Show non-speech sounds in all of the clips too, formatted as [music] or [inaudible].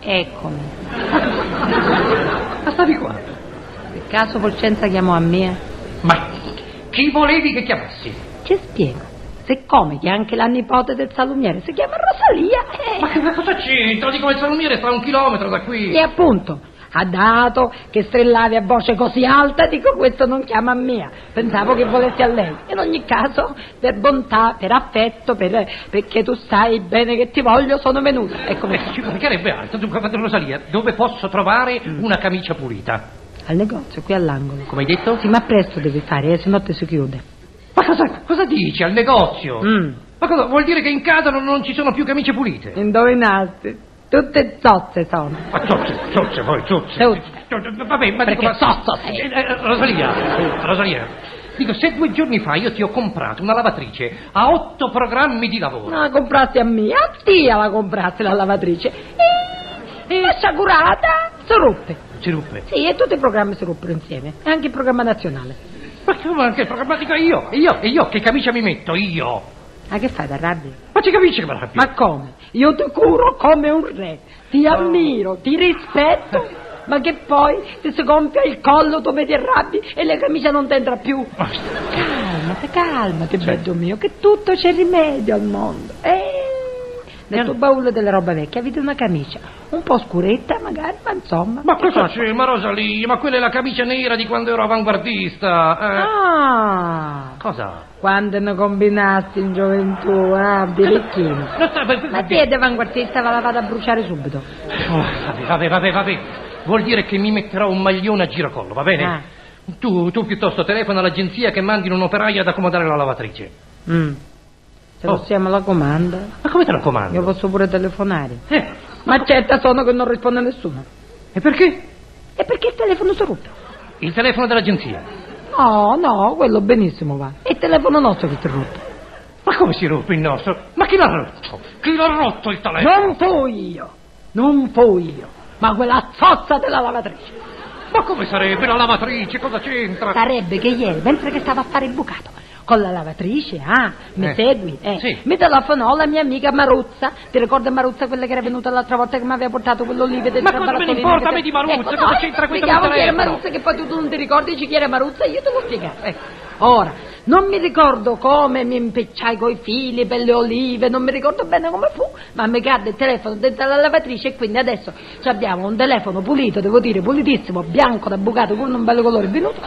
[laughs] Eccomi. Ma stavi qua? Per caso Volcenza chiamò a me? Ma chi volevi che chiamassi? Ti spiego. Se come che anche la nipote del salumiere si chiama Rosalia. eh. Ma che cosa c'entra? Dico il salumiere sta a un chilometro da qui. E appunto, ha dato che strellavi a voce così alta, dico questo non chiama a me. Pensavo che volessi a lei. In ogni caso, per bontà, per affetto, per- perché tu sai bene che ti voglio, sono venuta. Ecco, Eccomi Beh, qua. ci mancherebbe altro. Dunque, padre Rosalia, dove posso trovare una camicia pulita? Al negozio, qui all'angolo. Come hai detto? Sì, ma presto devi fare, eh, se no ti si chiude. Ma cosa, cosa dici? Al negozio? Mm. Ma cosa? Vuol dire che in casa non, non ci sono più camicie pulite? Indovinasti. Tutte zozze sono. Ma zozze, zozze, poi zozze. Zozze. Zozze, Vabbè, ma dico, Perché ma... zozzo sei. Eh, eh, Rosalia, Rosalia, dico, se due giorni fa io ti ho comprato una lavatrice a otto programmi di lavoro... No, la comprasti a me, a tia la comprasti la lavatrice. Eh, E, e la sciagurata si ruppe. Si ruppe. Sì, e tutti i programmi si ruppero insieme, e anche il programma nazionale. Ma che, ma che programmatica io? E io? E io che camicia mi metto? Io? Ma che fai, t'arrabbi? Ma ci capisci che mi arrabbio? Ma come? Io ti curo come un re, ti ammiro, ti rispetto, ma che poi se si gonfia il collo tu mi ti arrabbi e la camicia non t'entra più. Ma- Calmati, calmati, Sì. bello mio, che tutto c'è rimedio al mondo. Eh, nel tuo baule della roba vecchia avete una camicia, un po' scuretta magari, ma insomma. Ma che cosa cosa? c'è? Ma Rosalia, ma quella è la camicia nera di quando ero avanguardista. eh. Ah, Cosa? quando ne combinasti in gioventù, ah, Certo. birichino. No, sta- per- per- La piede avanguardista va la vado a bruciare subito. Oh, vabbè, vabbè, vabbè, vabbè. Vuol dire che mi metterò un maglione a giracollo, va bene? Ah. Tu, tu piuttosto telefona all'agenzia che mandino un'operaia ad accomodare la lavatrice. Mm. Se Oh. possiamo la comanda, Ma come te la comando? io posso pure telefonare. Eh, Ma certa sono che non risponde nessuno. e perché? E perché il telefono si ruppe? Il telefono dell'agenzia. No, no, quello benissimo va. È il telefono nostro che ti ruppe. Ma come si ruppe il nostro? Ma chi l'ha rotto? Chi l'ha rotto il telefono? Non fui io, non fui io, ma quella zozza della lavatrice. Ma come sarebbe la lavatrice? Cosa c'entra? Sarebbe che ieri, mentre che stavo a fare il bucato, con la lavatrice, ah, mi Eh. segui, eh, Sì. mi telefonò la mia amica Maruzza. Ti ricordi Maruzza quella che era venuta l'altra volta che mi aveva portato quell'olive del Ma cosa me ne barattolino importa che- a me di Maruzza? Ecco, Cosa c'entra questo spiegavo col chi era telefono? Maruzza che poi tu non ti ricordi chi era Maruzza, io te l'ho spiegato, ecco. Ora, non mi ricordo come mi impicciai coi fili per le olive, non mi ricordo bene come fu, ma mi cadde il telefono dentro la lavatrice e quindi adesso ci abbiamo un telefono pulito, devo dire, pulitissimo, bianco da bucato con un bello colore venuto,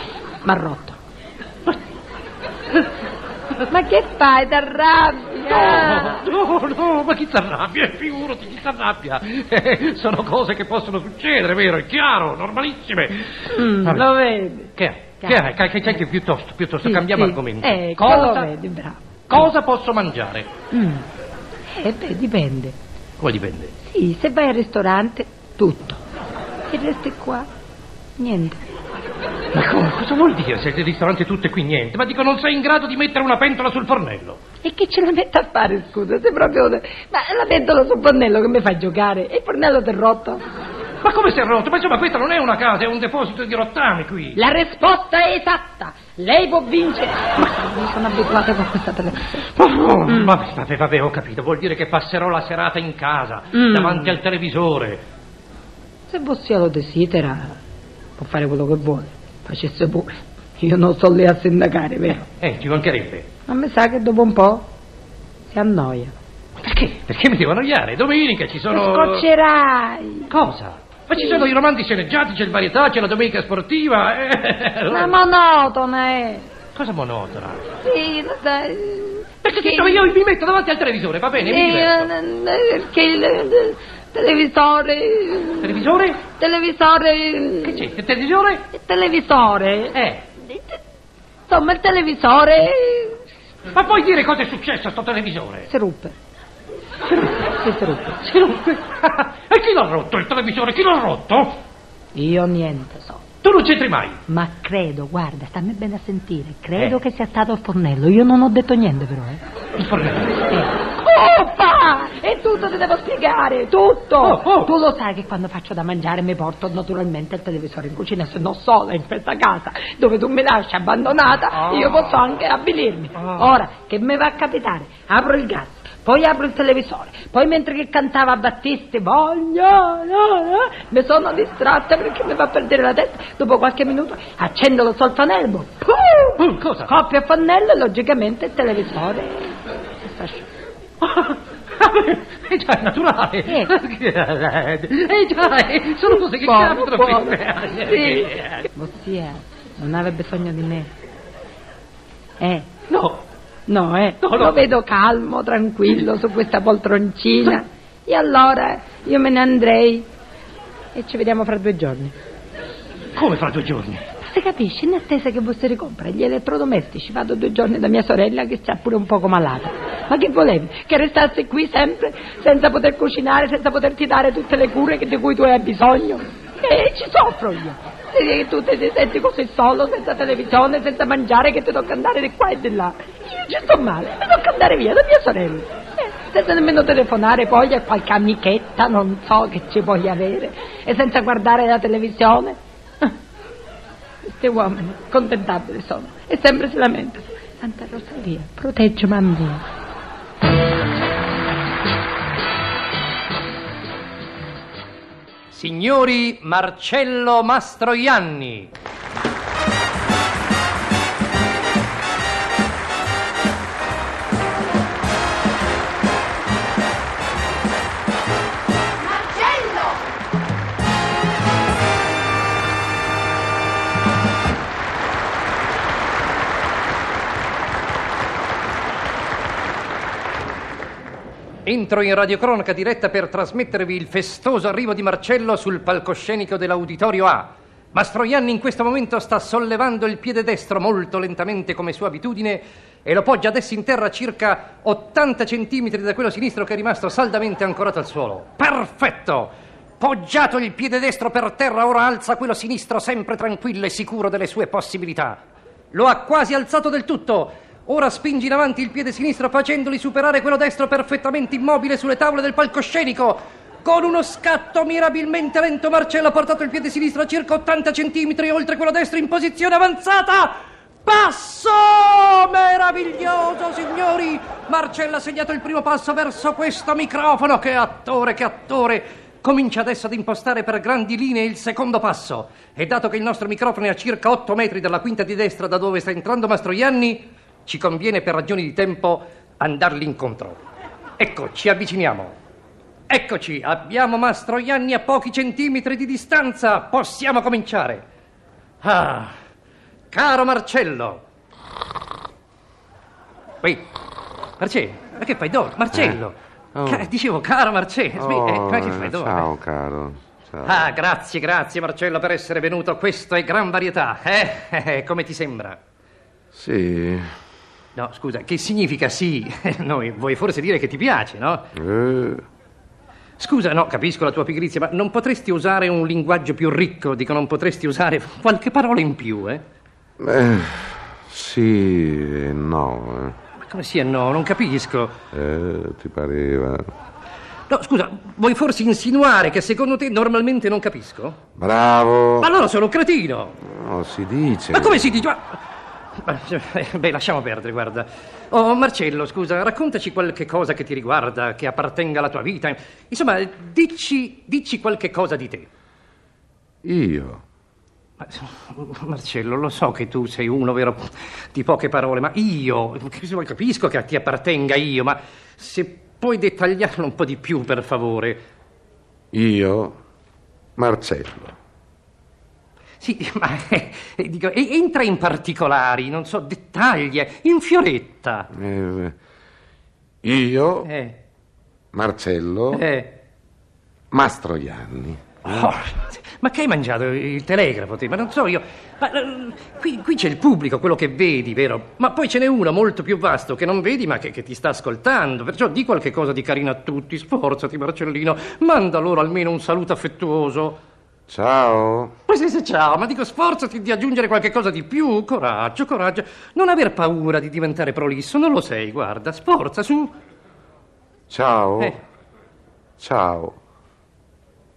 ma rotto. [laughs] ma che fai, eh? t'arrabbia? No, no, no, ma chi s'arrabbia? Figurati, chi s'arrabbia? [laughs] Eh, sono cose che possono succedere, vero? È chiaro, normalissime. Mm, Vabbè. lo vedi? Che è? Che Cazzo. è? Che- che- che- piuttosto, piuttosto, Sì, cambiamo sì. argomento. Eh, lo cosa, vedi, bravo. cosa posso mangiare? Mm. Eh, beh, dipende. Come dipende? Sì, se vai al ristorante, tutto. Se resti qua, niente. Ma come, cosa vuol dire se il ristorante è tutto e qui niente? Ma dico, non sei in grado di mettere una pentola sul fornello? E che ce la metto a fare, scusa? Se proprio... Ma la pentola sul fornello che mi fa giocare. E il fornello t'è rotto. Ma come si è rotto? Ma insomma, questa non è una casa, è un deposito di rottami qui. La risposta è esatta. Lei può vincere. Ma mi sono abituata con questa televisione. Oh, Mm. Vabbè, vabbè, vabbè, ho capito. Vuol dire che passerò la serata in casa, Mm. davanti al televisore. Se Bossia lo desidera, può fare quello che vuole. Facesse pure. Io non sto lì a sindacare, vero? Eh, ci mancherebbe. Ma mi sa che dopo un po' si annoia. Perché? Perché mi devo annoiare? Domenica ci Ti sono... scoccerai. Cosa? Ma ci sono i romanzi sceneggiati, c'è il varietà, c'è la domenica sportiva. eh. [laughs] Ma monotona è. Cosa monotona? Sì, lo sai. Perché dico, io mi metto davanti al televisore, va bene, mi Sì, diverto. eh, perché il, il televisore. Il Televisore? televisore. Che c'è? Il televisore? Il televisore. Eh. Insomma, il televisore. Ma puoi dire cosa è successo a sto televisore? Si ruppe. Si ruppe. Si ruppe. Si ruppe. [laughs] E chi l'ha rotto il televisore? Chi l'ha rotto? Io niente so. Tu non c'entri mai. Ma credo, guarda, stammi bene a sentire, credo che sia stato il fornello. Io non ho detto niente però, eh. Il fornello. Oppa! E tutto ti devo spiegare, tutto! Oh, oh. Tu lo sai che quando faccio da mangiare mi porto naturalmente il televisore in cucina, se no sola in questa casa dove tu mi lasci abbandonata, Ah. io posso anche avvilirmi. Ah. Ora, che mi va a capitare? Apro il gas. Poi apro il televisore, poi mentre che cantava Battisti, voglio, no, no, mi sono distratta perché mi fa perdere la testa. Dopo qualche minuto accendo lo solfanelmo, puh, Uh, cosa? [laughs] coppia a fannello e logicamente il televisore si sta asciugando. è già è naturale. Eh. [laughs] Eh già, eh, sono cose che Buono, capitano. buono. Eh, Ossia, non aveva bisogno di me. Eh, No, no, eh. No, no. Lo vedo calmo, tranquillo su questa poltroncina. [laughs] E allora io me ne andrei. E ci vediamo fra due giorni. come fra due giorni? Se capisci, in attesa che voi si ricompra gli elettrodomestici, vado due giorni da mia sorella che sta pure un poco malata. Ma che volevi? Che restassi qui sempre senza poter cucinare, senza poterti dare tutte le cure che- di cui tu hai bisogno? E ci soffro io. Se che tu ti ti senti così solo, senza televisione, senza mangiare, che ti tocca andare di qua e di là. Io ci sto male, mi tocca andare via da mia sorella. Eh, senza nemmeno telefonare poi a qualche amichetta, non so che ci voglia avere, e senza guardare la televisione. Questi uomini, contentabili sono, e sempre si lamentano. Santa Rosalia, protegge mamma mia. Signori Marcello Mastroianni, entro in radiocronaca diretta per trasmettervi il festoso arrivo di Marcello sul palcoscenico dell'Auditorio A. Mastroianni in questo momento sta sollevando il piede destro molto lentamente come sua abitudine e lo poggia adesso in terra circa 80 centimetri da quello sinistro che è rimasto saldamente ancorato al suolo. Perfetto! Poggiato il piede destro per terra, ora alza quello sinistro sempre tranquillo e sicuro delle sue possibilità. Lo ha quasi alzato del tutto. Ora spinge in avanti il piede sinistro facendoli superare quello destro perfettamente immobile sulle tavole del palcoscenico. Con uno scatto mirabilmente lento Marcello ha portato il piede sinistro a circa 80 centimetri oltre quello destro in posizione avanzata. Passo meraviglioso, signori! Marcello ha segnato il primo passo verso questo microfono. Che attore, che attore! Comincia adesso ad impostare per grandi linee il secondo passo. E dato che il nostro microfono è a circa 8 metri dalla quinta di destra da dove sta entrando Mastroianni, ci conviene per ragioni di tempo andarli incontro. Ecco, ci avviciniamo. Eccoci, abbiamo Mastroianni a pochi centimetri di distanza. Possiamo cominciare. Ah, caro Marcello. Poi, Marcello, ma che fai dopo? Marcello. Eh. Oh. Ca- dicevo, caro Marcello. smi- eh, ma che fai dopo? Ciao caro. Ciao. Ah, grazie, grazie Marcello per essere venuto. Questo è gran varietà. Eh, Eh, eh, come ti sembra? Sì. No, scusa, che significa sì? [laughs] Noi, vuoi forse dire che ti piace, no? Eh, Scusa, no, capisco la tua pigrizia, ma non potresti usare un linguaggio più ricco? Dico, non potresti usare qualche parola in più, eh? eh, sì e no. Ma come sia no? Non capisco. eh. Eh, ti pareva. No, scusa, vuoi forse insinuare che secondo te normalmente non capisco? Bravo. Ma allora sono un cretino! No, si dice. Ma come si dice? Ma- ma- eh, Beh, lasciamo perdere, guarda. Oh, Marcello, scusa, raccontaci qualche cosa che ti riguarda, che appartenga alla tua vita. Insomma, dici, dici qualche cosa di te. Io. Ma- Marcello, lo so che tu sei uno, vero, di poche parole, ma io, che se vuoi capisco che ti appartenga io, ma se puoi dettagliarlo un po' di più, per favore. Io. Marcello. Sì, [laughs] ma eh, eh, dico, e- entra in particolari, non so, dettagli, eh, in fioretta. Eh, io. Eh, Marcello. eh. Mastroianni. Oh, ma che hai mangiato? Il telegrafo, te? Ma non so io. Ma, eh, qui, qui c'è il pubblico, quello che vedi, vero? Ma poi ce n'è uno molto più vasto che non vedi ma che, che ti sta ascoltando. Perciò di qualche cosa di carino a tutti. Sforzati, Marcellino. Manda loro almeno un saluto affettuoso. Ciao. Ma sì, sì, ciao, ma dico sforzati di aggiungere qualche cosa di più. Coraggio, coraggio. Non aver paura di diventare prolisso, non lo sei, guarda. Sforza, su. Ciao. Eh. Ciao.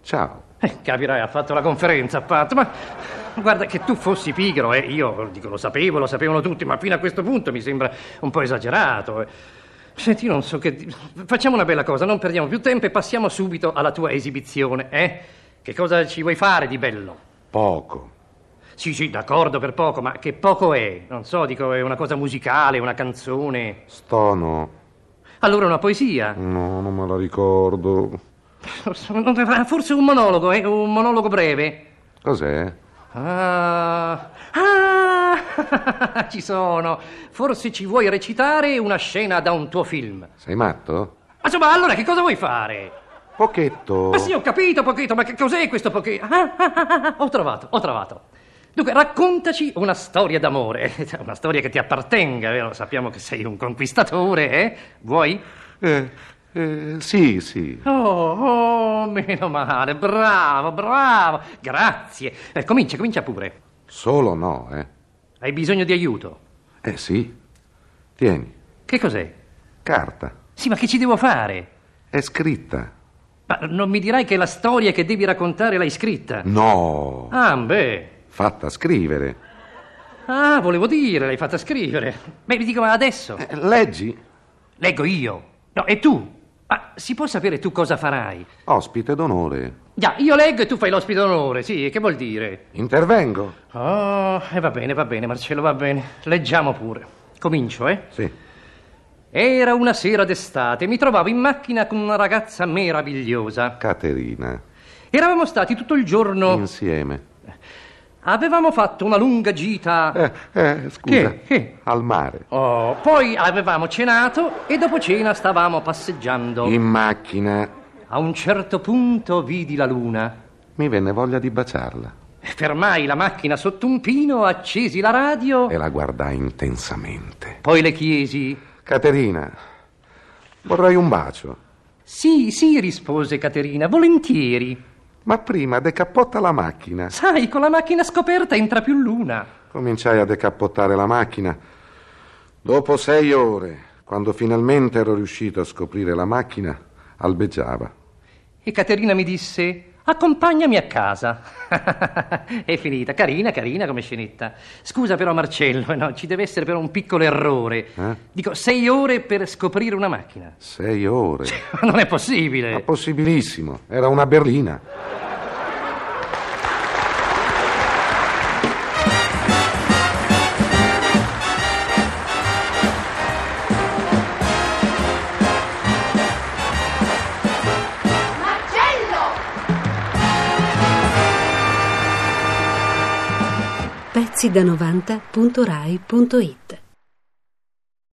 Ciao. Eh, capirai, ha fatto la conferenza, ha fatto, ma guarda che tu fossi pigro, eh, io dico lo sapevo, lo sapevano tutti, ma fino a questo punto mi sembra un po' esagerato. eh. Senti, io non so che... di- Facciamo una bella cosa, non perdiamo più tempo e passiamo subito alla tua esibizione, eh? Che cosa ci vuoi fare di bello? Poco. Sì, sì, d'accordo per poco, ma che poco è? Non so, dico, è una cosa musicale, una canzone. Stono. Allora una poesia? No, non me la ricordo. Forse un monologo, eh? Un monologo breve. Cos'è? Ah, ah, [laughs] ci sono. Forse ci vuoi recitare una scena da un tuo film. Ma Sei matto? insomma, allora che cosa vuoi fare? Pochetto. Ma sì, ho capito, Pochetto, ma che cos'è questo Pochetto? Ah, ah, ah, ah, ho trovato, ho trovato. Dunque, raccontaci una storia d'amore, [laughs] una storia che ti appartenga, vero? Sappiamo che sei un conquistatore, eh? Vuoi? Eh, eh, sì, sì. Oh, oh, meno male, bravo, bravo, grazie. Eh, comincia, comincia pure. Solo no, eh. Hai bisogno di aiuto. Eh sì. Tieni. Che cos'è? Carta. Sì, ma che ci devo fare? È scritta. Ma non mi dirai che la storia che devi raccontare l'hai scritta? No. Ah, beh. Fatta scrivere. Ah, volevo dire, l'hai fatta scrivere. Beh, mi dico, ma adesso? Eh, leggi. Leggo io. No, e tu? Ma si può sapere tu cosa farai? Ospite d'onore. Già, io leggo e tu fai l'ospite d'onore, sì, che vuol dire? Intervengo. Oh, e va bene, va bene, Marcello, va bene. Leggiamo pure. Comincio, eh? Sì. Era una sera d'estate, mi trovavo in macchina con una ragazza meravigliosa. Caterina. Eravamo stati tutto il giorno... Insieme. Avevamo fatto una lunga gita... Eh, eh, scusa. Che? Che? Al mare. Oh, poi avevamo cenato e dopo cena stavamo passeggiando. In macchina. A un certo punto vidi la luna. Mi venne voglia di baciarla. Fermai la macchina sotto un pino, accesi la radio. E la guardai intensamente. Poi le chiesi. Caterina, vorrei un bacio. Sì, sì, rispose Caterina, volentieri. Ma prima decappotta la macchina. Sai, con la macchina scoperta entra più luna. Cominciai a decappottare la macchina. Dopo sei ore, quando finalmente ero riuscito a scoprire la macchina, albeggiava. E Caterina mi disse. Accompagnami a casa. [laughs] È finita. Carina, carina come scenetta. Scusa però Marcello, [laughs] no, ci deve essere però un piccolo errore. Eh? Dico, sei ore per scoprire una macchina. Sei ore. [laughs] Non è Ma possibile. possibilissimo, era una berlina. Pezzi da 90.rai.it